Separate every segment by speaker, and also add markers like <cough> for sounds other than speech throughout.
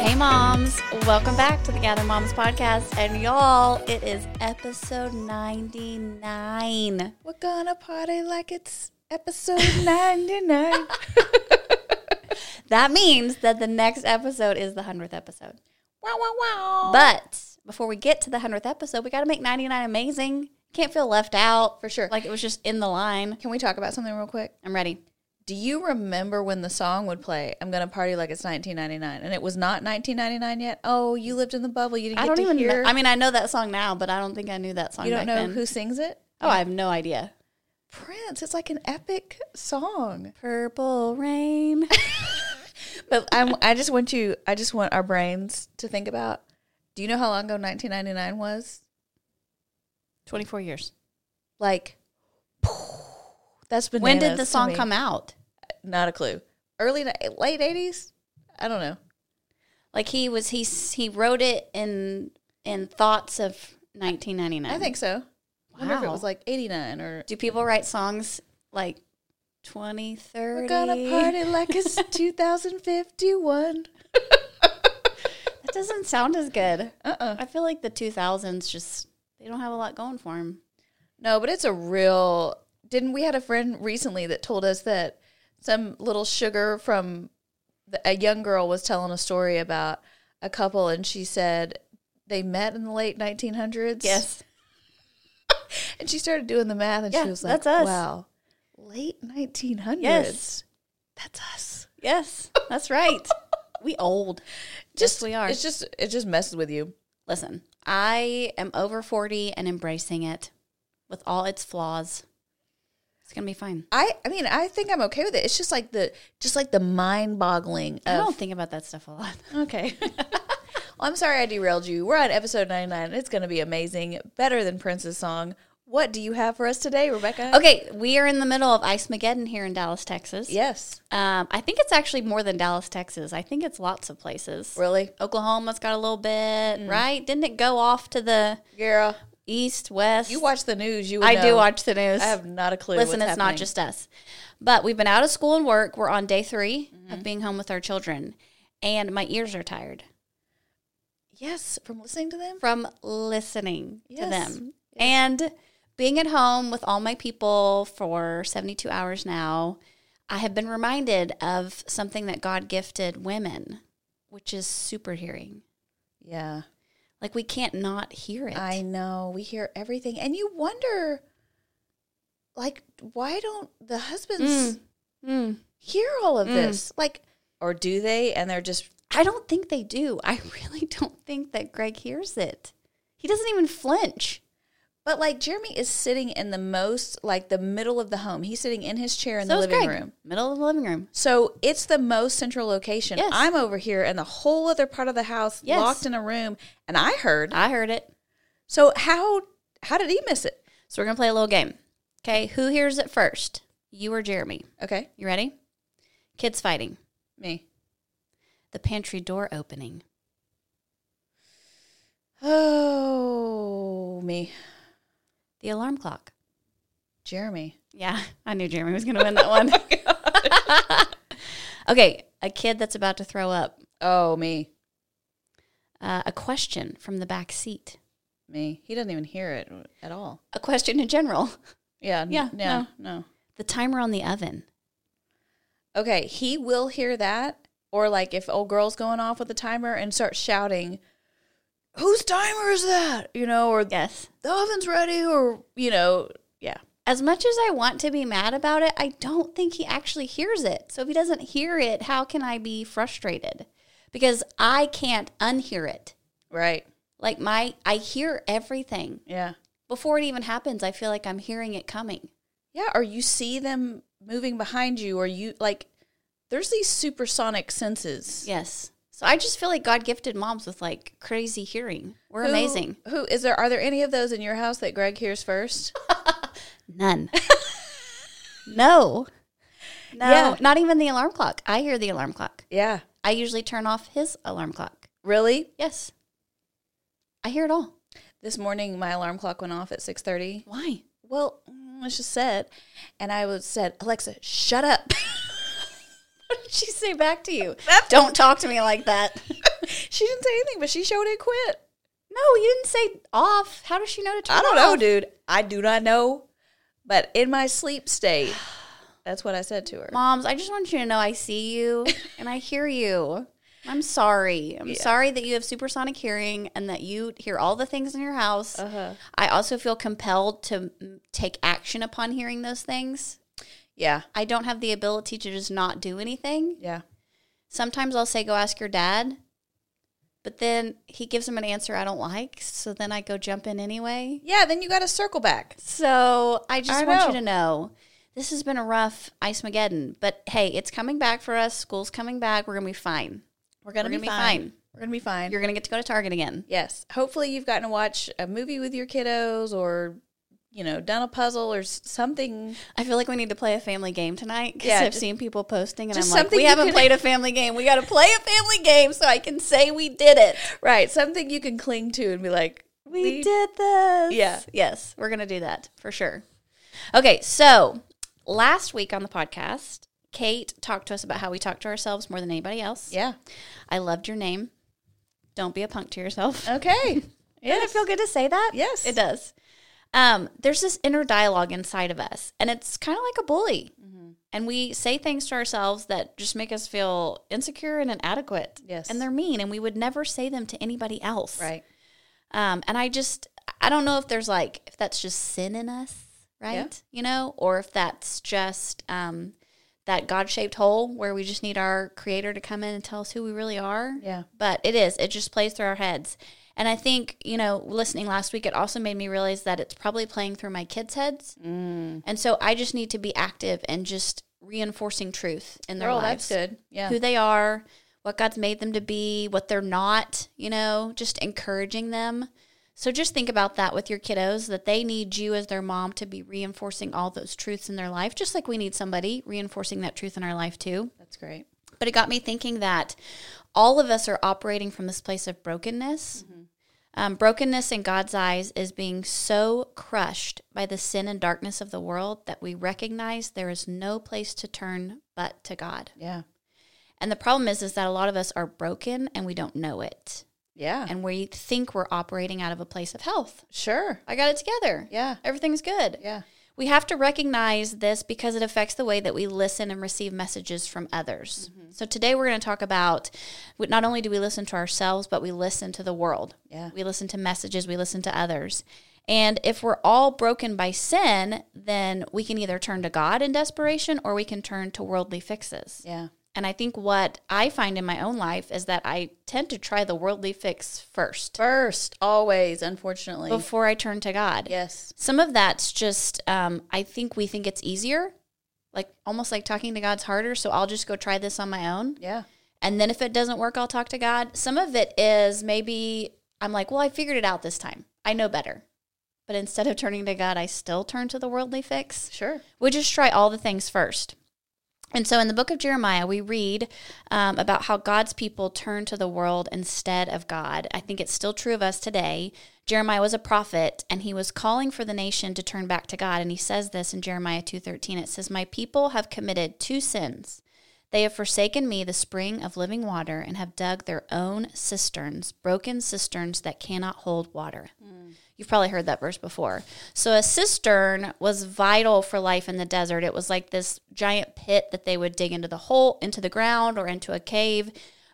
Speaker 1: Hey, moms, welcome back to the Gather Moms podcast. And y'all, it is episode 99.
Speaker 2: We're gonna party like it's episode
Speaker 1: <laughs>
Speaker 2: 99.
Speaker 1: That means that the next episode is the 100th episode.
Speaker 2: wow, wow, wow.
Speaker 1: But before we get to the 100th episode, we got to make 99 amazing. Can't feel left out.
Speaker 2: For sure.
Speaker 1: Like it was just in the line.
Speaker 2: Can we talk about something real quick?
Speaker 1: I'm ready.
Speaker 2: Do you remember when the song would play? I'm gonna party like it's 1999, and it was not 1999 yet. Oh, you lived in the bubble. You didn't.
Speaker 1: I
Speaker 2: get
Speaker 1: don't
Speaker 2: to
Speaker 1: even
Speaker 2: hear.
Speaker 1: know. I mean, I know that song now, but I don't think I knew that song
Speaker 2: you don't
Speaker 1: back
Speaker 2: know
Speaker 1: then.
Speaker 2: who sings it.
Speaker 1: oh, I have no idea.
Speaker 2: Prince. It's like an epic song.
Speaker 1: Purple <laughs> Rain.
Speaker 2: But <laughs> I'm, I just want you. I just want our brains to think about. Do you know how long ago 1999 was?
Speaker 1: 24 years.
Speaker 2: Like, that's been.
Speaker 1: when did the song come out?
Speaker 2: Not a clue. Early, ni- late 80s. I don't know.
Speaker 1: Like he was he s- he wrote it in in thoughts of 1999.
Speaker 2: I think so. I wonder if it
Speaker 1: Wow.
Speaker 2: was like 89 or
Speaker 1: Do people write songs like 20, 30?
Speaker 2: We're gonna party like <laughs> it's 2051.
Speaker 1: <laughs> That doesn't sound as good.
Speaker 2: Uh-uh.
Speaker 1: I feel like the 2000s just they don't have a lot going for them.
Speaker 2: No, but it's a real. Didn't we had a friend recently that told us that some little sugar from the, a young girl was telling a story about a couple, and she said they met in the late 1900s. and she started doing the math, and
Speaker 1: Yeah,
Speaker 2: she was like,
Speaker 1: that's us.
Speaker 2: "Wow, late 1900s.
Speaker 1: Yes.
Speaker 2: That's us.
Speaker 1: Yes.
Speaker 2: <laughs>
Speaker 1: That's right. we old. yes, we are.
Speaker 2: It's just it just messes with you.
Speaker 1: Listen, I am over 40 and embracing it with all its flaws. It's going to be fine.
Speaker 2: I I mean I think I'm okay with it. It's just like the just like the mind boggling
Speaker 1: I
Speaker 2: of
Speaker 1: don't think about that stuff a lot.
Speaker 2: Okay. well, I'm sorry I derailed you. We're on episode 99. It's going to be amazing. Better than Prince's song. What do you have for us today, Rebecca?
Speaker 1: Okay, we are in the middle of Ice Mageddon here in Dallas, Texas.
Speaker 2: Yes.
Speaker 1: Um, I think it's actually more than Dallas, Texas. I think it's lots of places.
Speaker 2: Really?
Speaker 1: Oklahoma's got a little bit,
Speaker 2: Mm.
Speaker 1: right? Didn't it go off to the
Speaker 2: Girl,
Speaker 1: east, west?
Speaker 2: you watch the news. You would
Speaker 1: I do
Speaker 2: know.
Speaker 1: watch the news.
Speaker 2: I have not a clue.
Speaker 1: Listen,
Speaker 2: what's
Speaker 1: it's not
Speaker 2: happening.
Speaker 1: just us. But we've been out of school and work. We're on day 3
Speaker 2: Mm-hmm.
Speaker 1: of being home with our children. And my ears are tired
Speaker 2: Yes, from listening to them.
Speaker 1: from listening to
Speaker 2: Yes.
Speaker 1: them. And being at home with all my people for 72 hours now, I have been reminded of something that God gifted women, which is super hearing.
Speaker 2: Yeah.
Speaker 1: Like we can't not hear it.
Speaker 2: I know. We hear everything. And you wonder, like, why don't the husbands
Speaker 1: Mm.
Speaker 2: hear all of
Speaker 1: Mm.
Speaker 2: this? Like, or do they? And they're just,
Speaker 1: I don't think they do. I <laughs> really don't think that Greg hears it. He doesn't even flinch.
Speaker 2: but like, Jeremy is sitting in the most, like, the middle of the home. He's sitting in his chair in the
Speaker 1: is
Speaker 2: living
Speaker 1: Greg.
Speaker 2: room.
Speaker 1: Middle of the living room.
Speaker 2: So it's the most central location.
Speaker 1: Yes.
Speaker 2: I'm over here in the whole other part of the house,
Speaker 1: Yes.
Speaker 2: locked in a room, and I heard.
Speaker 1: I heard it.
Speaker 2: So how how did he miss it?
Speaker 1: So we're going to play a little game. Okay. Who hears it first? You or Jeremy?
Speaker 2: Okay,
Speaker 1: You ready? Kids fighting.
Speaker 2: me.
Speaker 1: The pantry door opening.
Speaker 2: Oh, me,
Speaker 1: The alarm clock.
Speaker 2: Jeremy.
Speaker 1: Yeah. I knew Jeremy was going to win that one. <laughs> okay. A kid that's about to throw up.
Speaker 2: Oh, me,
Speaker 1: Uh, a question from the back seat.
Speaker 2: me. He doesn't even hear it at all.
Speaker 1: A question in general.
Speaker 2: Yeah, n-
Speaker 1: Yeah,
Speaker 2: yeah, no.
Speaker 1: The timer on the oven.
Speaker 2: Okay, he will hear that, or like if old girl's going off with the timer and starts shouting, "Whose timer is that?" You know, or
Speaker 1: Yes.
Speaker 2: the oven's ready, or you know, yeah.
Speaker 1: as much as I want to be mad about it, I don't think he actually hears it. So if he doesn't hear it, how can I be frustrated? Because I can't unhear it.
Speaker 2: Right.
Speaker 1: Like my I hear everything.
Speaker 2: Yeah.
Speaker 1: Before it even happens, I feel like I'm hearing it coming.
Speaker 2: Yeah. Or you see them moving behind you or you like there's these supersonic senses.
Speaker 1: Yes. So I just feel like God gifted moms with like crazy hearing. We're
Speaker 2: Who-
Speaker 1: amazing.
Speaker 2: Who is there? Are there any of those in your house that Greg hears first?
Speaker 1: <laughs> None. no. No.
Speaker 2: Yeah.
Speaker 1: Not even the alarm clock. I hear the alarm clock.
Speaker 2: yeah,
Speaker 1: I usually turn off his alarm clock.
Speaker 2: really.
Speaker 1: Yes. I hear it all.
Speaker 2: This morning, my alarm clock went off at six thirty.
Speaker 1: Why?
Speaker 2: Well, mm, it's just said, and I was said, Alexa, shut up. <laughs>
Speaker 1: What did she say back to <laughs> you? Don't talk to me like that.
Speaker 2: she didn't say anything, but she showed it quit.
Speaker 1: <laughs> No, you didn't say off. How does she know to turn
Speaker 2: I don't
Speaker 1: off?
Speaker 2: know, dude. I do not know. But in my sleep
Speaker 1: <sighs>
Speaker 2: state, that's what I said to her.
Speaker 1: Moms, I just want you to know I see you and I hear you. I'm sorry. I'm sorry that you have supersonic hearing and that you hear all the things in your house.
Speaker 2: Uh-huh.
Speaker 1: I also feel compelled to mm, take action upon hearing those things.
Speaker 2: Yeah,
Speaker 1: I don't have the ability to just not do anything.
Speaker 2: yeah.
Speaker 1: Sometimes I'll say, go ask your dad, but then he gives him an answer I don't like. So then I go jump in anyway.
Speaker 2: Yeah, then you got to circle back.
Speaker 1: So I just
Speaker 2: I
Speaker 1: want
Speaker 2: know.
Speaker 1: you to know this has been a rough ice mageddon, but hey, it's coming back for us. School's coming back. We're gonna be fine.
Speaker 2: We're going to
Speaker 1: We're
Speaker 2: be,
Speaker 1: gonna be
Speaker 2: fine.
Speaker 1: fine.
Speaker 2: We're going to be fine.
Speaker 1: You're gonna get to go to Target again.
Speaker 2: yes. Hopefully, you've gotten to watch a movie with your kiddos or, you know, done a puzzle or s- something.
Speaker 1: I feel like we need to play a family game tonight because
Speaker 2: Yeah,
Speaker 1: I've
Speaker 2: just-
Speaker 1: seen people posting and I'm
Speaker 2: just
Speaker 1: like,
Speaker 2: something
Speaker 1: we
Speaker 2: you
Speaker 1: haven't
Speaker 2: can-
Speaker 1: played <laughs> a family game. We got to play a family game so I can say we did it.
Speaker 2: Right. Something you can cling to and be like,
Speaker 1: We, did this.
Speaker 2: Yeah.
Speaker 1: Yes, we're going to do that for sure. Okay, so last week on the podcast, Kate talked to us about how we talk to ourselves more than anybody else.
Speaker 2: Yeah.
Speaker 1: I loved your name. Don't be a punk to
Speaker 2: <laughs>
Speaker 1: yourself.
Speaker 2: Okay.
Speaker 1: <laughs> Doesn't it
Speaker 2: Uh, yes.
Speaker 1: feel good to say that?
Speaker 2: Yes.
Speaker 1: It does. Um, there's this inner dialogue inside of us, and it's kind of like a bully.
Speaker 2: Mm-hmm.
Speaker 1: And we say things to ourselves that just make us feel insecure and inadequate.
Speaker 2: Yes.
Speaker 1: And they're mean, and we would never say them to anybody else.
Speaker 2: Right.
Speaker 1: Um, and I just, I don't know if there's like, if that's just sin in us, right?
Speaker 2: Yeah.
Speaker 1: You know, or if that's just um, that God shaped hole where we just need our creator to come in and tell us who we really are.
Speaker 2: Yeah.
Speaker 1: But it is, it just plays through our heads. And I think, you know, listening last week, it also made me realize that it's probably playing through my kids' heads.
Speaker 2: Mm.
Speaker 1: And so I just need to be active and just reinforcing truth in their
Speaker 2: Girl,
Speaker 1: lives
Speaker 2: Oh, that's good. Yeah.
Speaker 1: who they are, what God's made them to be, what they're not, you know, just encouraging them. So just think about that with your kiddos that they need you as their mom to be reinforcing all those truths in their life, just like we need somebody reinforcing that truth in our life too.
Speaker 2: That's great.
Speaker 1: But it got me thinking that all of us are operating from this place of brokenness. Um, brokenness in God's eyes is being so crushed by the sin and darkness of the world that we recognize there is no place to turn but to God.
Speaker 2: Yeah.
Speaker 1: And the problem is, is that a lot of us are broken and we don't know it,
Speaker 2: Yeah.
Speaker 1: and we think we're operating out of a place of health.
Speaker 2: sure.
Speaker 1: I got it together.
Speaker 2: Yeah.
Speaker 1: Everything's good.
Speaker 2: Yeah.
Speaker 1: We have to recognize this because it affects the way that we listen and receive messages from others.
Speaker 2: Mm-hmm.
Speaker 1: So today we're going to talk about w- not only do we listen to ourselves, but we listen to the world.
Speaker 2: Yeah.
Speaker 1: We listen to messages, we listen to others. And if we're all broken by sin, then we can either turn to God in desperation or we can turn to worldly fixes.
Speaker 2: Yeah.
Speaker 1: And I think what I find in my own life is that I tend to try the worldly fix first
Speaker 2: First, always, unfortunately.
Speaker 1: before I turn to God.
Speaker 2: yes.
Speaker 1: Some of that's just, um, I think we think it's easier, like almost like talking to God's harder. So I'll just go try this on my own.
Speaker 2: Yeah.
Speaker 1: And then if it doesn't work, I'll talk to God. Some of it is maybe I'm like, well, I figured it out this time. I know better. But instead of turning to God, I still turn to the worldly fix.
Speaker 2: Sure.
Speaker 1: We just try all the things first. And so in the book of Jeremiah, we read um, about how God's people turn to the world instead of God. I think it's still true of us today. Jeremiah was a prophet and he was calling for the nation to turn back to God. And he says this in Jeremiah 2.13. It says, My people have committed two sins. They have forsaken me, the spring of living water, and have dug their own cisterns, broken cisterns that cannot hold water. You've probably heard that verse before. So, a cistern was vital for life in the desert. It was like this giant pit that they would dig into the hole, into the ground, or into a cave,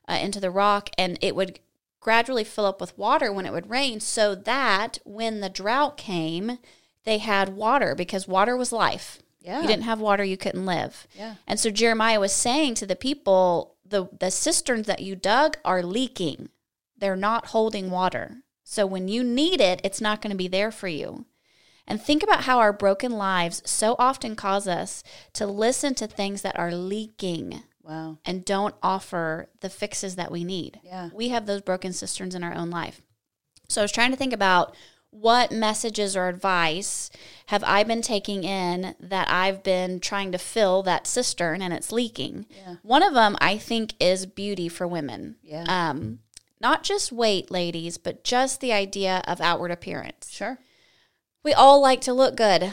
Speaker 1: uh, into the rock, and it would gradually fill up with water when it would rain so that when the drought came, they had water because water was life.
Speaker 2: Yeah.
Speaker 1: You didn't have water, you couldn't live.
Speaker 2: Yeah.
Speaker 1: And so Jeremiah was saying to the people, the, the cisterns that you dug are leaking. They're not holding water. So when you need it, it's not going to be there for you. And think about how our broken lives so often cause us to listen to things that are leaking
Speaker 3: Wow.
Speaker 1: and don't offer the fixes that we need.
Speaker 3: Yeah.
Speaker 1: We have those broken cisterns in our own life. So I was trying to think about what messages or advice have I been taking in that I've been trying to fill that cistern and it's leaking.
Speaker 3: Yeah.
Speaker 1: One of them I think is beauty for women.
Speaker 3: Yeah.
Speaker 1: Um, not just weight, ladies, but just the idea of outward appearance.
Speaker 3: Sure.
Speaker 1: We all like to look good.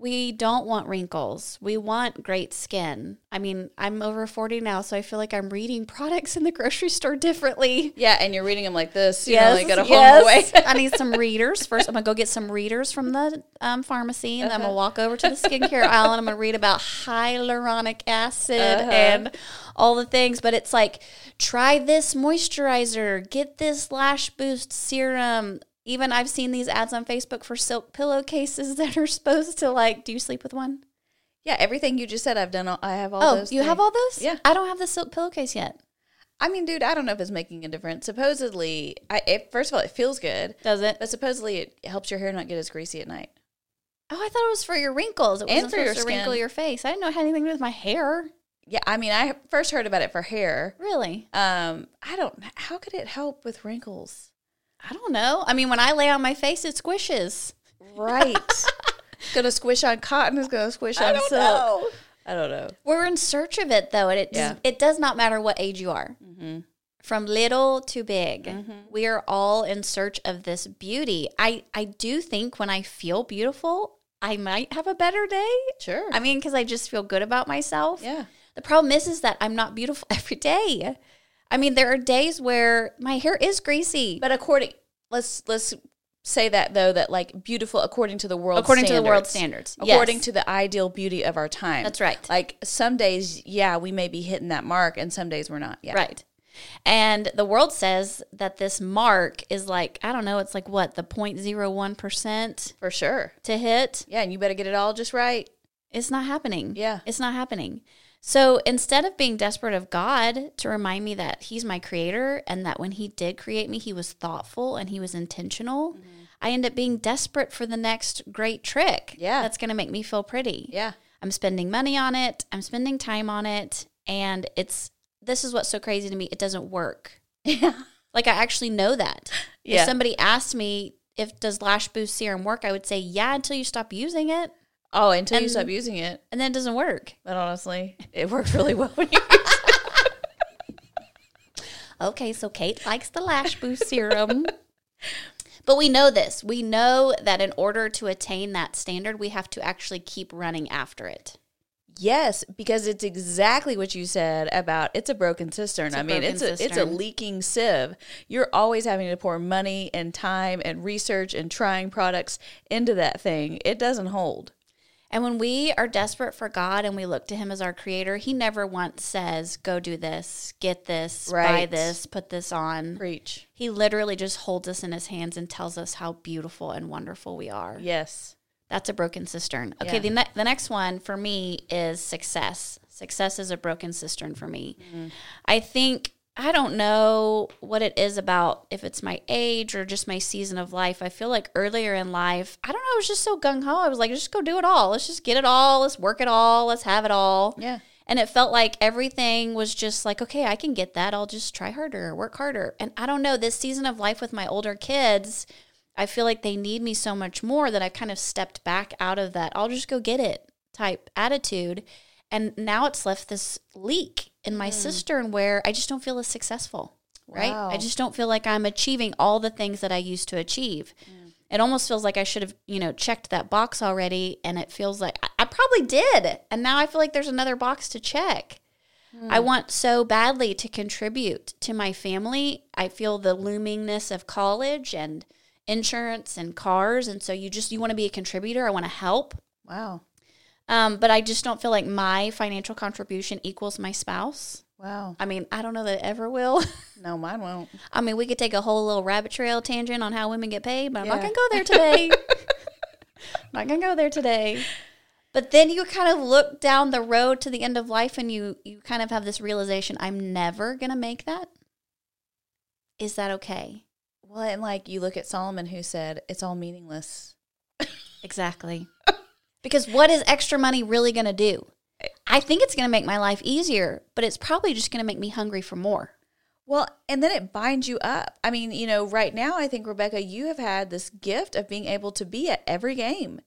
Speaker 1: We don't want wrinkles. We want great skin. I mean, I'm over 40 now, so I feel like I'm reading products in the grocery store differently.
Speaker 2: Yeah, and you're reading them like this. You know,
Speaker 1: Yes,
Speaker 2: like at a home
Speaker 1: yes.
Speaker 2: away.
Speaker 1: <laughs> I need some readers. First, I'm going to go get some readers from the um, pharmacy, and then I'm
Speaker 2: Uh-huh.
Speaker 1: going to walk over to
Speaker 2: <laughs>
Speaker 1: the skincare aisle and I'm going to read about hyaluronic acid
Speaker 2: Uh-huh.
Speaker 1: and all the things. But it's like, try this moisturizer, get this lash boost serum. Even I've seen these ads on Facebook for silk pillowcases <laughs> that are supposed to like, do you sleep with one?
Speaker 2: <laughs> yeah, everything you just said, I've done. All, I have all.
Speaker 1: oh,
Speaker 2: those
Speaker 1: you have
Speaker 2: things.
Speaker 1: all those?
Speaker 2: Yeah.
Speaker 1: I don't have the silk pillowcase yet.
Speaker 2: I mean, dude, I don't know if it's making a difference. Supposedly, I it, first of all, it feels good,
Speaker 1: Does it?
Speaker 2: but supposedly it helps your hair not get as greasy at night.
Speaker 1: Oh, I thought it was for your wrinkles. It
Speaker 2: And
Speaker 1: wasn't
Speaker 2: for your
Speaker 1: supposed to wrinkle
Speaker 2: skin.
Speaker 1: your face. I didn't know it had anything to do with my hair.
Speaker 2: Yeah, I mean, I first heard about it for hair.
Speaker 1: Really?
Speaker 2: Um, I don't. How could it help with wrinkles?
Speaker 1: I don't know. I mean, when I lay on my face, it squishes.
Speaker 2: Right. it's <laughs> gonna squish on cotton. It's gonna squish on silk. I don't know.
Speaker 1: We're in search of it, though, and it
Speaker 2: Yeah. Mm-hmm.
Speaker 1: does, it does not matter what age you are. From little to big, we are all in search of this beauty. I I do think when I feel beautiful, I might have a better day.
Speaker 2: Sure.
Speaker 1: I mean, because I just feel good about myself.
Speaker 2: yeah.
Speaker 1: The problem is, is that I'm not beautiful <laughs> every day. I mean, there are days where my hair is greasy.
Speaker 2: But according, let's let's say that though that like beautiful according to the world
Speaker 1: According to the world standards, yes.
Speaker 2: according to the ideal beauty of our time.
Speaker 1: That's right.
Speaker 2: Like some days, yeah, we may be hitting that mark, and some days we're not. Yeah.
Speaker 1: Right. And the world says that this mark is like, I don't know, it's like what, the 0.01%
Speaker 2: For sure.
Speaker 1: to hit?
Speaker 2: Yeah, and you better get it all just right.
Speaker 1: It's not happening.
Speaker 2: Yeah.
Speaker 1: It's not happening. So instead of being desperate of God to remind me that He's my creator and that when He did create me, He was thoughtful and He was intentional,
Speaker 2: Mm-hmm.
Speaker 1: I end up being desperate for the next great trick
Speaker 2: Yeah.
Speaker 1: that's going to make me feel pretty. <laughs>
Speaker 2: Yeah.
Speaker 1: I'm spending money on it. I'm spending time on it. And it's, this is what's so crazy to me. It doesn't work.
Speaker 2: Yeah.
Speaker 1: Like I actually know that.
Speaker 2: Yeah.
Speaker 1: If somebody asked me if does Lash Boost serum work, I would say yeah until you stop using it,
Speaker 2: Oh, until you
Speaker 1: And-
Speaker 2: stop using it.
Speaker 1: and then it doesn't work.
Speaker 2: But honestly, it worked really well when you
Speaker 1: Okay, so Kate likes the Lash
Speaker 2: <laughs>
Speaker 1: Boost serum. But we know this. We know that in order to attain that standard, we have to actually keep running after it.
Speaker 2: Yes, because it's exactly what you said about it's a broken cistern.
Speaker 1: a
Speaker 2: I mean,
Speaker 1: broken
Speaker 2: it's a it's a
Speaker 1: cistern.
Speaker 2: leaking sieve. You're always having to pour money and time and research and trying products into that thing. It doesn't hold.
Speaker 1: And when we are desperate for God and we look to Him as our creator, He never once says, go do this, get this, buy
Speaker 2: Right.
Speaker 1: this, put this on.
Speaker 2: Preach.
Speaker 1: He literally just holds us in his hands and tells us how beautiful and wonderful we are.
Speaker 2: Yes.
Speaker 1: That's a broken cistern. Okay,
Speaker 2: Yeah.
Speaker 1: the, ne- the next one for me is success. Success is a broken cistern for me.
Speaker 2: Mm-hmm.
Speaker 1: I think, I don't know what it is about if it's my age or just my season of life. I feel like earlier in life, I don't know, I was just so gung ho. I was like, just go do it all. Let's just get it all. Let's work it all. Let's have it all.
Speaker 2: Yeah.
Speaker 1: And it felt like everything was just like, okay, I can get that. I'll just try harder, work harder. And I don't know, this season of life with my older kids, I feel like they need me so much more that I've kind of stepped back out of that, I'll just go get it type attitude. And now it's left this leak in my cistern where I just don't feel as successful, right?
Speaker 2: Wow.
Speaker 1: I just don't feel like I'm achieving all the things that I used to achieve. It almost feels like I should have, you know, checked that box already. And it feels like I, I probably did. And now I feel like there's another box to check. I want so badly to contribute to my family. I feel the loomingness of college and insurance and cars. And so you just, you want to be a contributor. I want to help.
Speaker 2: Wow.
Speaker 1: Um, but I just don't feel like my financial contribution equals my spouse.
Speaker 2: Wow.
Speaker 1: I mean, I don't know that it ever will. <laughs>
Speaker 2: No, mine won't.
Speaker 1: I mean, we could take a whole little rabbit trail tangent on how women get paid, but I'm not
Speaker 2: Yeah.
Speaker 1: going to go there <laughs> today. not going to go there today. But then you kind of look down the road to the end of life and you you kind of have this realization, I'm never going to make that. Is that okay?
Speaker 2: Well, and like you look at Solomon who said it's all meaningless.
Speaker 1: Exactly. <laughs> because what is extra money really going to do? I think it's going to make my life easier, but it's probably just going to make me hungry for more.
Speaker 2: Well, and then it binds you up. I mean, you know, right now, I think, Rebecca, you have had this gift of being able to be at every game.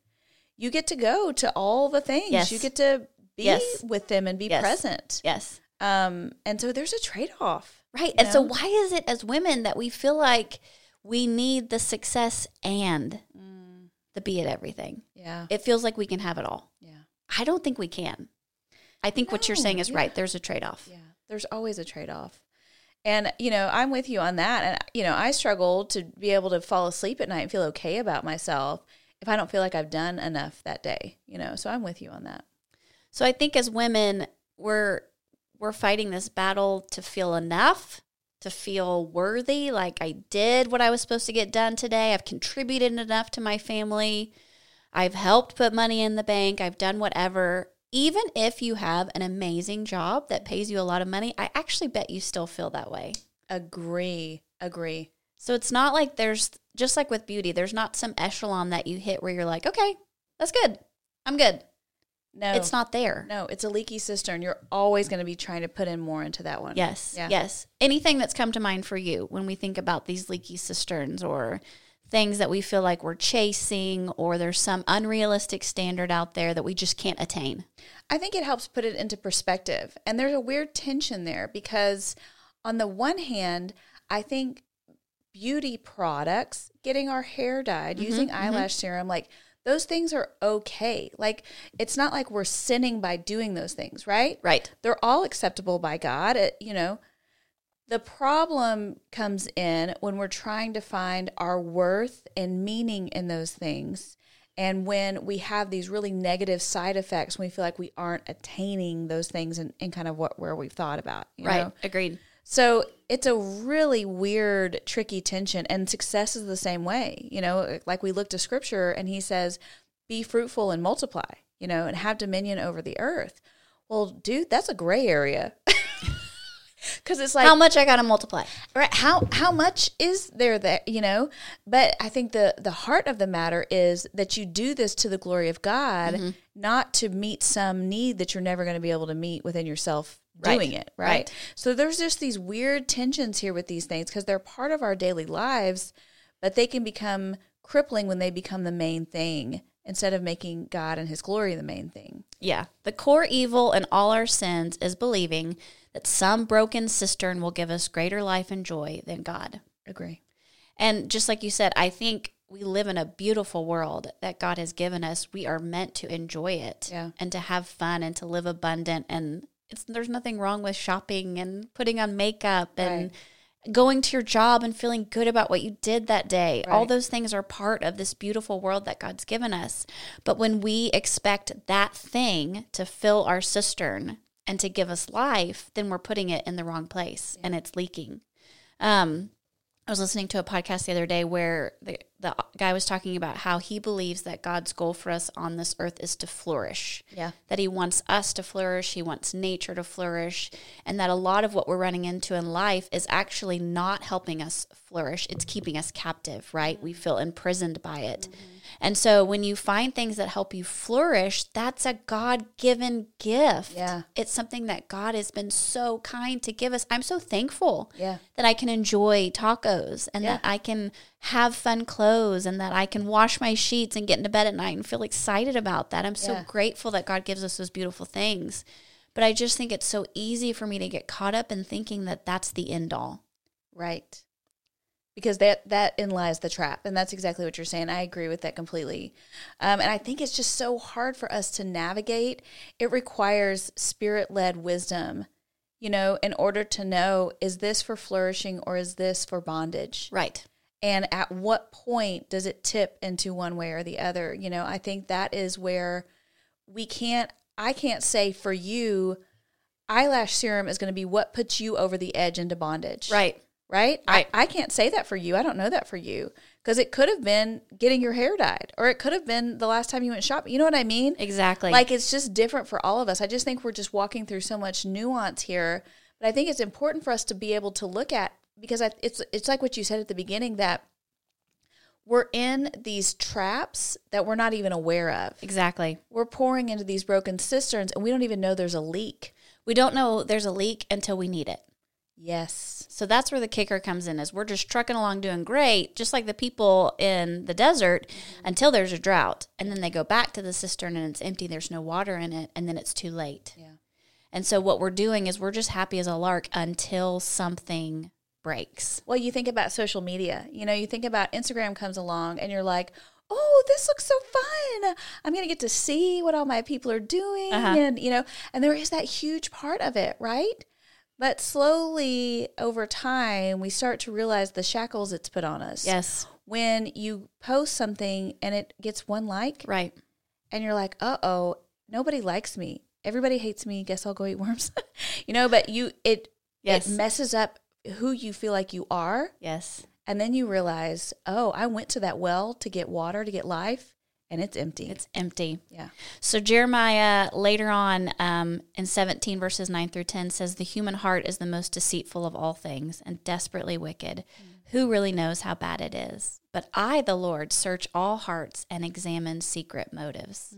Speaker 2: You get to go to all the things,
Speaker 1: Yes.
Speaker 2: you get to be
Speaker 1: Yes.
Speaker 2: with them and be
Speaker 1: Yes.
Speaker 2: present.
Speaker 1: Yes.
Speaker 2: Um, and so there's a trade off.
Speaker 1: Right. And so,
Speaker 2: know?
Speaker 1: why is it as women that we feel like we need the success and
Speaker 2: Mm.
Speaker 1: the be at everything?
Speaker 2: Yeah.
Speaker 1: It feels like we can have it all.
Speaker 2: Yeah.
Speaker 1: I don't think we can. I think what you're
Speaker 2: No,
Speaker 1: saying is
Speaker 2: yeah.
Speaker 1: right. There's a trade off.
Speaker 2: Yeah, there's always a trade off. And, you know, I'm with you on that. And, you know, I struggle to be able to fall asleep at night and feel okay about myself if I don't feel like I've done enough that day, you know. So I'm with you on that.
Speaker 1: So I think as women, we're we're fighting this battle to feel enough, to feel worthy, like I did what I was supposed to get done today. I've contributed enough to my family. I've helped put money in the bank. I've done whatever. Even if you have an amazing job that pays you a lot of money, I actually bet you still feel that way.
Speaker 2: Agree. Agree.
Speaker 1: So it's not like there's just like with beauty, there's not some echelon that you hit where you're like, okay, that's good. I'm good.
Speaker 2: No,
Speaker 1: It's not there.
Speaker 2: No, it's a leaky cistern. You're always going to be trying to put in more into that one.
Speaker 1: Yes.
Speaker 2: Yeah.
Speaker 1: Yes. Anything that's come to mind for you when we think about these leaky cisterns or things that we feel like we're chasing or there's some unrealistic standard out there that we just can't attain.
Speaker 2: I think it helps put it into perspective. And there's a weird tension there because, on the one hand, I think beauty products, getting our hair dyed, using eyelash serum, like those things are okay. Like it's not like we're sinning by doing those things, right?
Speaker 1: Right.
Speaker 2: They're all acceptable by God, it, you know. The problem comes in when we're trying to find our worth and meaning in those things. And when we have these really negative side effects, when we feel like we aren't attaining those things and, and kind of what where we've thought about. you
Speaker 1: Right.
Speaker 2: know?
Speaker 1: Agreed.
Speaker 2: So it's a really weird, tricky tension. And success is the same way. You know, like we look to scripture and he says, be fruitful and multiply, you know, and have dominion over the earth. Well, dude, that's a gray area. <laughs> Because it's like,
Speaker 1: How much I got to multiply.
Speaker 2: right how how much is there that you know but i think the the heart of the matter is that you do this to the glory of god
Speaker 1: Mm-hmm.
Speaker 2: not to meet some need that you're never going to be able to meet within yourself
Speaker 1: Right.
Speaker 2: doing it right?
Speaker 1: Right.
Speaker 2: so there's just these weird tensions here with these things because they're part of our daily lives but they can become crippling when they become the main thing instead of making god and his glory the main thing
Speaker 1: Yeah. The core evil in all our sins is believing that some broken cistern will give us greater life and joy than God.
Speaker 2: agree
Speaker 1: And just like you said, I think we live in a beautiful world that God has given us. We are meant to enjoy it
Speaker 2: Yeah.
Speaker 1: and to have fun and to live abundant. And it's, there's nothing wrong with shopping and putting on makeup and going to your job and feeling good about what you did that day. All
Speaker 2: Right.
Speaker 1: those things are part of this beautiful world that God's given us. But when we expect that thing to fill our cistern and to give us life, then we're putting it in the wrong place and it's leaking. Um, I was listening to a podcast the other day where the, the guy was talking about how he believes that God's goal for us on this earth is to flourish.
Speaker 2: Yeah.
Speaker 1: That he wants us to flourish, he wants nature to flourish, and that a lot of what we're running into in life is actually not helping us flourish. It's keeping us captive, right? We feel imprisoned by it.
Speaker 2: Mm-hmm.
Speaker 1: And so when you find things that help you flourish, that's a God given gift.
Speaker 2: Yeah.
Speaker 1: It's something that God has been so kind to give us. I'm so thankful
Speaker 2: yeah
Speaker 1: that I can enjoy tacos and that I can have fun clothes and that I can wash my sheets and get into bed at night and feel excited about that. I'm so
Speaker 2: Yeah.
Speaker 1: grateful that God gives us those beautiful things. But I just think it's so easy for me to get caught up in thinking that that's the end all.
Speaker 2: Right. Because that that in lies the trap, and that's exactly what you're saying. I agree with that completely, um, and I think it's just so hard for us to navigate. It requires spirit led wisdom, you know, in order to know is this for flourishing or is this for bondage
Speaker 1: Right.
Speaker 2: and at what point does it tip into one way or the other you know i think that is where we can't i can't say for you eyelash serum is going to be what puts you over the edge into bondage
Speaker 1: Right.
Speaker 2: right
Speaker 1: Right.
Speaker 2: I, I can't say that for you i don't know that for you because it could have been getting your hair dyed or it could have been the last time you went shopping you know what i mean
Speaker 1: Exactly.
Speaker 2: like it's just different for all of us. I just think we're just walking through so much nuance here, but I think it's important for us to be able to look at because I, it's it's like what you said at the beginning that we're in these traps that we're not even aware of.
Speaker 1: Exactly.
Speaker 2: We're pouring into these broken cisterns and we don't even know there's a leak.
Speaker 1: We don't know there's a leak until we need it.
Speaker 2: Yes.
Speaker 1: So that's where the kicker comes in is we're just trucking along doing great, just like the people in the desert until there's a drought. And then they go back to the cistern and it's empty, there's no water in it, and then it's too late.
Speaker 2: Yeah.
Speaker 1: And so what we're doing is we're just happy as a lark until something breaks.
Speaker 2: Well, you think about social media. You know, you think about Instagram comes along and you're like, oh, this looks so fun. I'm going to get to see what all my people are doing.
Speaker 1: Uh-huh.
Speaker 2: And, you know, and there is that huge part of it, right? But slowly over time, we start to realize the shackles it's put on us.
Speaker 1: Yes.
Speaker 2: When you post something and it gets one like,
Speaker 1: Right.
Speaker 2: and you're like, uh oh, nobody likes me. Everybody hates me. Guess I'll go eat worms. <laughs> you know, but you, it,
Speaker 1: Yes.
Speaker 2: it messes up who you feel like you are.
Speaker 1: yes.
Speaker 2: And then you realize, oh, I went to that well to get water, to get life, and it's empty.
Speaker 1: It's empty.
Speaker 2: yeah.
Speaker 1: So Jeremiah later on um, in 17 verses 9 through 10 says, The human heart is the most deceitful of all things and desperately wicked. Who really knows how bad it is? But I, the Lord, search all hearts and examine secret motives.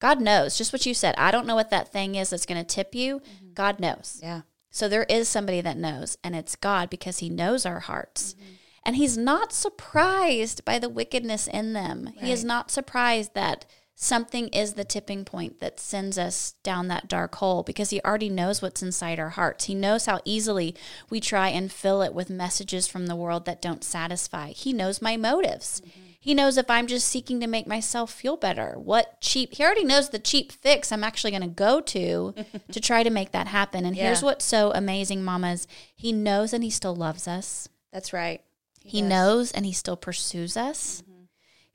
Speaker 1: God knows, just what you said. I don't know what that thing is that's going to tip you. God knows.
Speaker 2: Yeah.
Speaker 1: So there is somebody that knows, and it's God because he knows our hearts.
Speaker 2: Mm-hmm.
Speaker 1: And he's not surprised by the wickedness in them. He is
Speaker 2: Right.
Speaker 1: not surprised that something is the tipping point that sends us down that dark hole because he already knows what's inside our hearts. He knows how easily we try and fill it with messages from the world that don't satisfy. He knows my motives.
Speaker 2: Mm-hmm.
Speaker 1: He knows if I'm just seeking to make myself feel better, what cheap, he already knows the cheap fix I'm actually going to
Speaker 2: <laughs>
Speaker 1: go to to try to make that happen. And here's
Speaker 2: Yeah.
Speaker 1: what's so amazing, mamas. He knows and he still loves us.
Speaker 2: That's right.
Speaker 1: He
Speaker 2: does.
Speaker 1: knows and he still pursues us.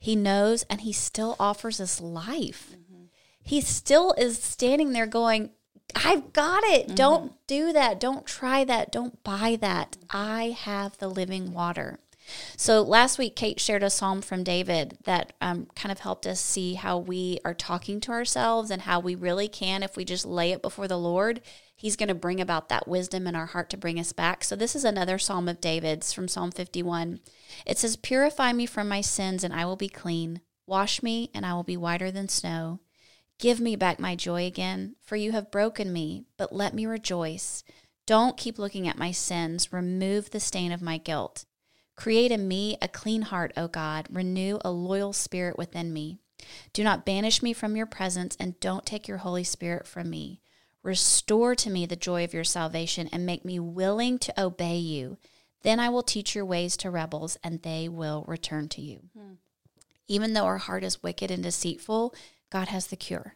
Speaker 1: He knows and he still offers us life. He still is standing there going, I've got it. Don't do that. Don't try that. Don't buy that. I have the living water. So last week, Kate shared a psalm from David that um, kind of helped us see how we are talking to ourselves and how we really can, if we just lay it before the Lord, He's going to bring about that wisdom in our heart to bring us back. So this is another psalm of David's from Psalm 51. It says, Purify me from my sins, and I will be clean. Wash me, and I will be whiter than snow. Give me back my joy again, for you have broken me, but let me rejoice. Don't keep looking at my sins. Remove the stain of my guilt. Create in me a clean heart, O God. Renew a loyal spirit within me. Do not banish me from your presence, and don't take your Holy Spirit from me. Restore to me the joy of your salvation, and make me willing to obey you. Then I will teach your ways to rebels, and they will return to you. Even though our heart is wicked and deceitful, God has the cure.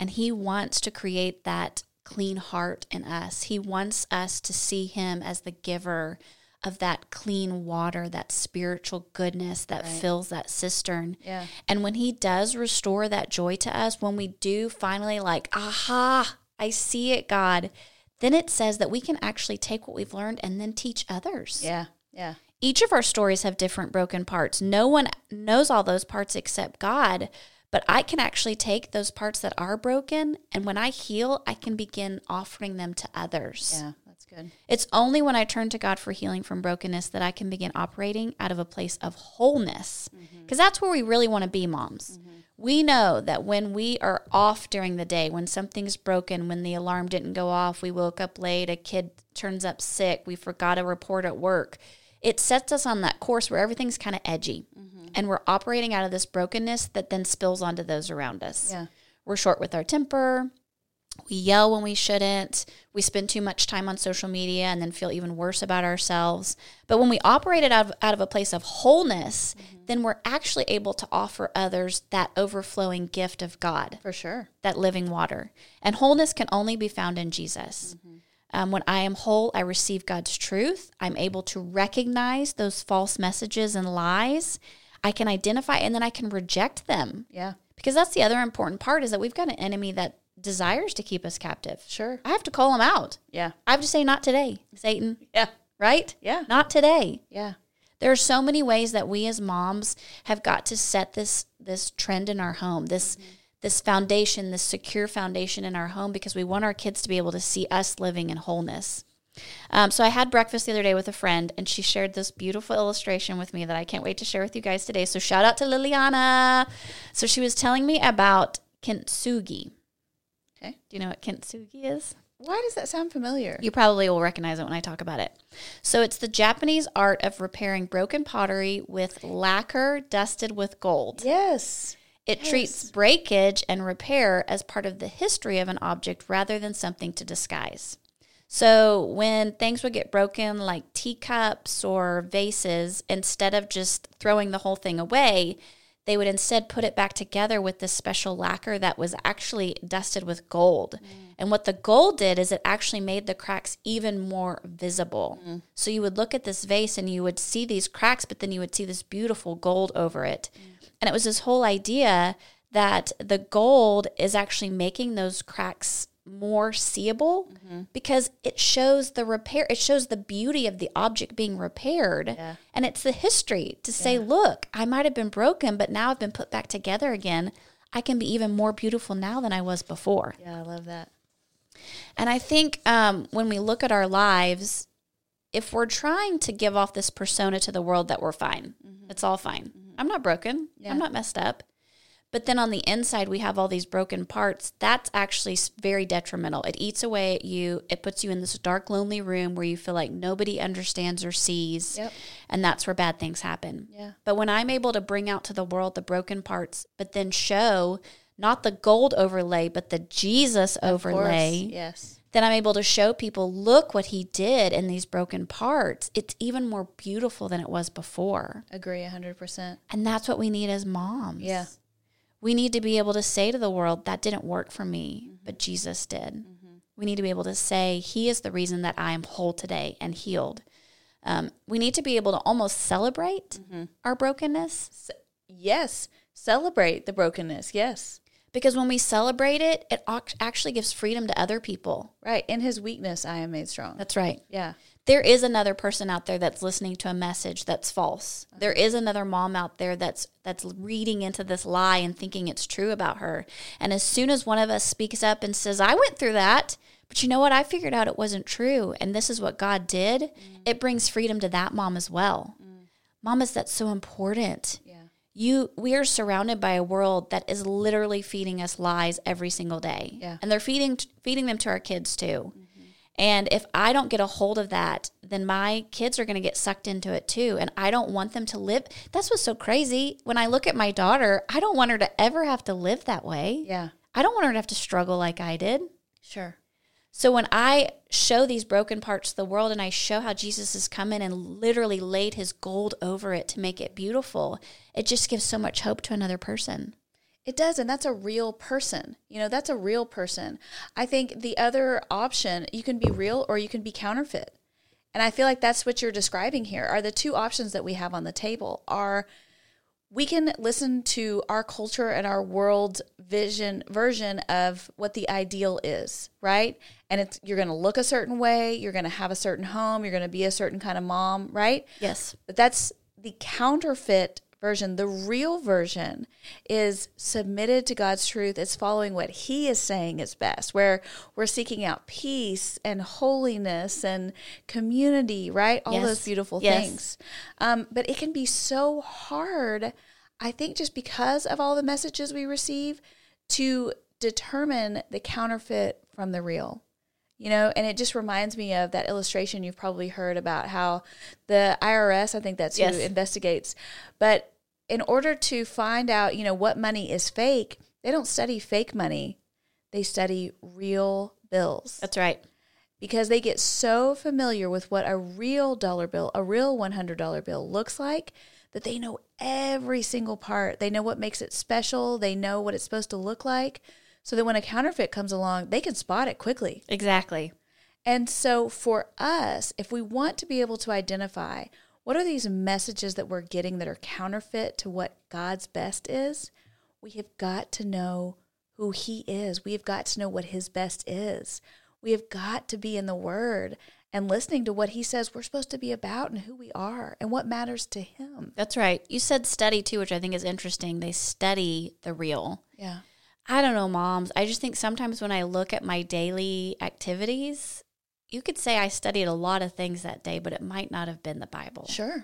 Speaker 1: And He wants to create that clean heart in us. He wants us to see Him as the giver of that clean water, that spiritual goodness that fills that cistern.
Speaker 2: Yeah.
Speaker 1: And when He does restore that joy to us, when we do finally, like, aha, I see it, God, then it says that we can actually take what we've learned and then teach others
Speaker 2: Yeah. Yeah.
Speaker 1: each of our stories have different broken parts. No one knows all those parts except God, but I can actually take those parts that are broken and when I heal, I can begin offering them to others.
Speaker 2: Yeah. That's good.
Speaker 1: It's only when I turn to God for healing from brokenness that I can begin operating out of a place of wholeness. Because that's where we really want to be, moms. We know that when we are off during the day, when something's broken, when the alarm didn't go off, we woke up late, a kid turns up sick, we forgot a report at work, it sets us on that course where everything's kind of edgy. And we're operating out of this brokenness that then spills onto those around us.
Speaker 2: Yeah.
Speaker 1: We're short with our temper. We yell when we shouldn't. We spend too much time on social media and then feel even worse about ourselves. But when we operate it out of, out of a place of wholeness, then we're actually able to offer others that overflowing gift of God,
Speaker 2: For sure.
Speaker 1: that living water. And wholeness can only be found in Jesus. Um, when I am whole, I receive God's truth. I'm able to recognize those false messages and lies. I can identify and then I can reject them
Speaker 2: Yeah.
Speaker 1: because that's the other important part is that we've got an enemy that desires to keep us captive.
Speaker 2: Sure.
Speaker 1: I have to call him out.
Speaker 2: Yeah.
Speaker 1: I have to say, not today, Satan,
Speaker 2: Yeah.
Speaker 1: right?
Speaker 2: Yeah.
Speaker 1: Not today.
Speaker 2: Yeah.
Speaker 1: There are so many ways that we as moms have got to set this this trend in our home, this this foundation, this secure foundation in our home because we want our kids to be able to see us living in wholeness. Um, so I had breakfast the other day with a friend, and she shared this beautiful illustration with me that I can't wait to share with you guys today. So shout out to Liliana. So she was telling me about kintsugi.
Speaker 2: Okay.
Speaker 1: Do you know what kintsugi is?
Speaker 2: Why does that sound familiar?
Speaker 1: You probably will recognize it when I talk about it. So it's the Japanese art of repairing broken pottery with lacquer dusted with gold.
Speaker 2: Yes.
Speaker 1: It
Speaker 2: Yes.
Speaker 1: treats breakage and repair as part of the history of an object rather than something to disguise. So when things would get broken, like teacups or vases, instead of just throwing the whole thing away, they would instead put it back together with this special lacquer that was actually dusted with gold. And what the gold did is it actually made the cracks even more visible. So you would look at this vase and you would see these cracks, but then you would see this beautiful gold over it. And it was this whole idea that the gold is actually making those cracks more seeable because it shows the repair it shows the beauty of the object being repaired
Speaker 2: Yeah.
Speaker 1: and it's the history to say look i might have been broken but now i've been put back together again i can be even more beautiful now than i was before
Speaker 2: Yeah, I love that.
Speaker 1: and I think um, when we look at our lives, if we're trying to give off this persona to the world that we're fine, it's all fine. I'm not broken.
Speaker 2: Mm-hmm. Yeah.
Speaker 1: I'm not messed up. But then on the inside, we have all these broken parts. That's actually s- very detrimental. It eats away at you. It puts you in this dark, lonely room where you feel like nobody understands or sees.
Speaker 2: Yep.
Speaker 1: And that's where bad things happen.
Speaker 2: Yeah.
Speaker 1: But when I'm able to bring out to the world the broken parts, but then show not the gold overlay, but the Jesus
Speaker 2: Of course.
Speaker 1: overlay
Speaker 2: Yes.
Speaker 1: then I'm able to show people, look what he did in these broken parts. It's even more beautiful than it was before.
Speaker 2: Agree 100%.
Speaker 1: And that's what we need as moms.
Speaker 2: Yeah.
Speaker 1: We need to be able to say to the world, that didn't work for me, but Jesus did. We need to be able to say, He is the reason that I am whole today and healed. Um, we need to be able to almost celebrate our brokenness
Speaker 2: Yes. Celebrate the brokenness. Yes.
Speaker 1: because when we celebrate it, it ac- actually gives freedom to other people.
Speaker 2: Right. In his weakness, I am made strong.
Speaker 1: That's right.
Speaker 2: yeah.
Speaker 1: there is another person out there that's listening to a message that's false. There is another mom out there that's that's reading into this lie and thinking it's true about her. And as soon as one of us speaks up and says, "I went through that," but you know what? I figured out it wasn't true and this is what God did. It brings freedom to that mom as well. Mamas, that's so important.
Speaker 2: Yeah.
Speaker 1: You we are surrounded by a world that is literally feeding us lies every single day.
Speaker 2: Yeah.
Speaker 1: And they're feeding feeding them to our kids too. And if I don't get a hold of that, then my kids are going to get sucked into it too. And I don't want them to live. That's what's so crazy. When I look at my daughter, I don't want her to ever have to live that way.
Speaker 2: Yeah.
Speaker 1: I don't want her to have to struggle like I did.
Speaker 2: Sure.
Speaker 1: So when I show these broken parts to the world and I show how Jesus has come in and literally laid his gold over it to make it beautiful, it just gives so much hope to another person.
Speaker 2: It does, and that's a real person. You know, that's a real person. I think the other option, you can be real or you can be counterfeit. And I feel like that's what you're describing here are the two options that we have on the table are we can listen to our culture and our world's vision version of what the ideal is, right? And it's you're going to look a certain way, you're going to have a certain home, you're going to be a certain kind of mom, right?
Speaker 1: Yes.
Speaker 2: But that's the counterfeit version. The real version is submitted to God's truth. It's following what He is saying is best, where we're seeking out peace and holiness and community, right? All
Speaker 1: Yes.
Speaker 2: those beautiful
Speaker 1: Yes.
Speaker 2: things. Um, but it can be so hard, I think, just because of all the messages we receive to determine the counterfeit from the real you know and it just reminds me of that illustration you've probably heard about how the irs i think that's
Speaker 1: Yes.
Speaker 2: who investigates but in order to find out you know what money is fake they don't study fake money they study real bills
Speaker 1: That's right.
Speaker 2: because they get so familiar with what a real dollar bill, a real $100 bill looks like that they know every single part. They know what makes it special, they know what it's supposed to look like. So that when a counterfeit comes along, they can spot it quickly.
Speaker 1: Exactly.
Speaker 2: And so for us, if we want to be able to identify what are these messages that we're getting that are counterfeit to what God's best is, we have got to know who He is. We have got to know what His best is. We have got to be in the Word and listening to what He says we're supposed to be about and who we are and what matters to Him.
Speaker 1: That's right. You said study too, which I think is interesting. They study the real.
Speaker 2: Yeah.
Speaker 1: I don't know, moms. I just think sometimes when I look at my daily activities, you could say I studied a lot of things that day, but it might not have been the Bible.
Speaker 2: Sure.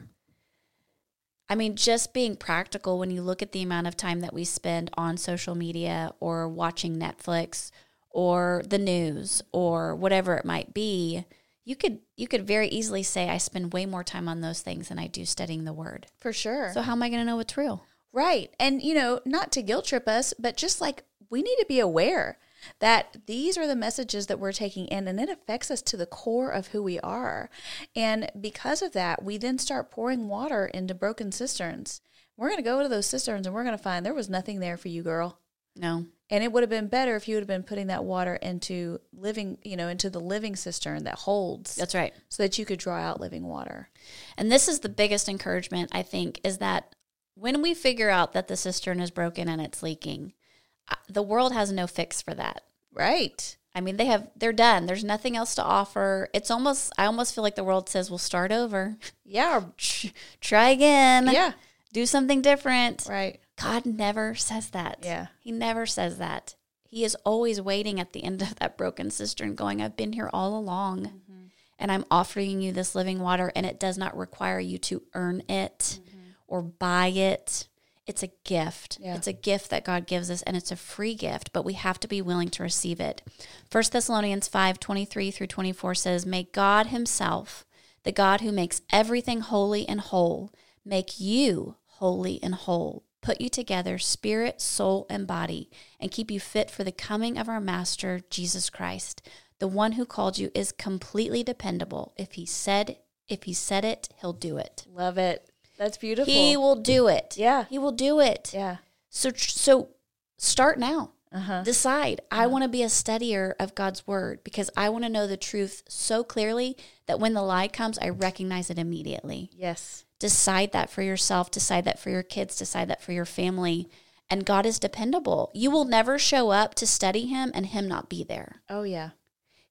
Speaker 1: I mean, just being practical when you look at the amount of time that we spend on social media or watching Netflix or the news or whatever it might be, you could you could very easily say I spend way more time on those things than I do studying the word.
Speaker 2: For sure.
Speaker 1: So how am I going to know what's real?
Speaker 2: Right. And, you know, not to guilt trip us, but just like we need to be aware that these are the messages that we're taking in and it affects us to the core of who we are. And because of that, we then start pouring water into broken cisterns. We're going to go to those cisterns and we're going to find there was nothing there for you, girl.
Speaker 1: No.
Speaker 2: And it would have been better if you would have been putting that water into living, you know, into the living cistern that holds
Speaker 1: That's right.
Speaker 2: so that you could draw out living water.
Speaker 1: And this is the biggest encouragement, I think, is that when we figure out that the cistern is broken and it's leaking, uh, the world has no fix for that.
Speaker 2: Right.
Speaker 1: I mean, they have they're done. There's nothing else to offer. It's almost I almost feel like the world says, "We'll start over. <laughs>
Speaker 2: Yeah.
Speaker 1: Tr- Try again.
Speaker 2: Yeah.
Speaker 1: Do something different."
Speaker 2: Right.
Speaker 1: God never says that.
Speaker 2: Yeah.
Speaker 1: He never says that. He is always waiting at the end of that broken cistern going, I've been here all along
Speaker 2: Mm-hmm.
Speaker 1: and I'm offering you this living water and it does not require you to earn it or buy it. It's a gift.
Speaker 2: Mm-hmm. Yeah.
Speaker 1: It's a gift that God gives us and it's a free gift, but we have to be willing to receive it. First Thessalonians 5, 23 through 24 says, May God himself, the God who makes everything holy and whole, make you holy and whole, put you together, spirit, soul, and body, and keep you fit for the coming of our Master, Jesus Christ. The one who called you is completely dependable. If he said, if he said it, he'll do it.
Speaker 2: Love it. That's beautiful.
Speaker 1: He will do it.
Speaker 2: Yeah.
Speaker 1: He will do it.
Speaker 2: yeah.
Speaker 1: So so start now.
Speaker 2: Uh-huh.
Speaker 1: Decide. I want to be a studier of God's word because I want to know the truth so clearly that when the lie comes, I recognize it immediately.
Speaker 2: Yes.
Speaker 1: Decide that for yourself, decide that for your kids, decide that for your family. And God is dependable. You will never show up to study him and him not be there.
Speaker 2: Oh yeah.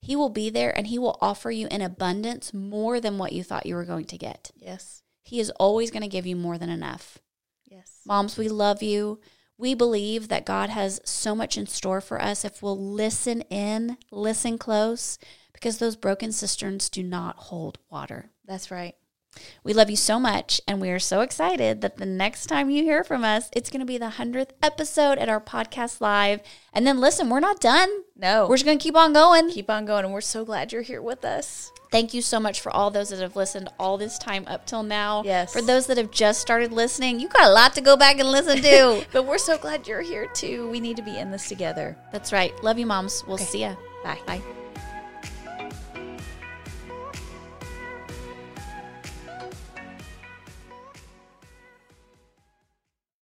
Speaker 1: He will be there and he will offer you in abundance more than what you thought you were going to get.
Speaker 2: Yes.
Speaker 1: He is always going to give you more than enough.
Speaker 2: Yes.
Speaker 1: Moms, we love you. We believe that God has so much in store for us if we'll listen in, listen close, because those broken cisterns do not hold water.
Speaker 2: That's right.
Speaker 1: We love you so much, and we are so excited that the next time you hear from us, it's going to be the 100th episode at our podcast live. And then listen, we're not done.
Speaker 2: No.
Speaker 1: We're just going to keep on going.
Speaker 2: keep on going and we're so glad you're here with us.
Speaker 1: Thank you so much for all those that have listened all this time up till now.
Speaker 2: Yes.
Speaker 1: For those that have just started listening, you got a lot to go back and
Speaker 2: <laughs>
Speaker 1: listen to.
Speaker 2: But we're so glad you're here too. We need to be in this together.
Speaker 1: That's right. Love you, moms. We'll see ya.
Speaker 2: Bye.
Speaker 1: Bye.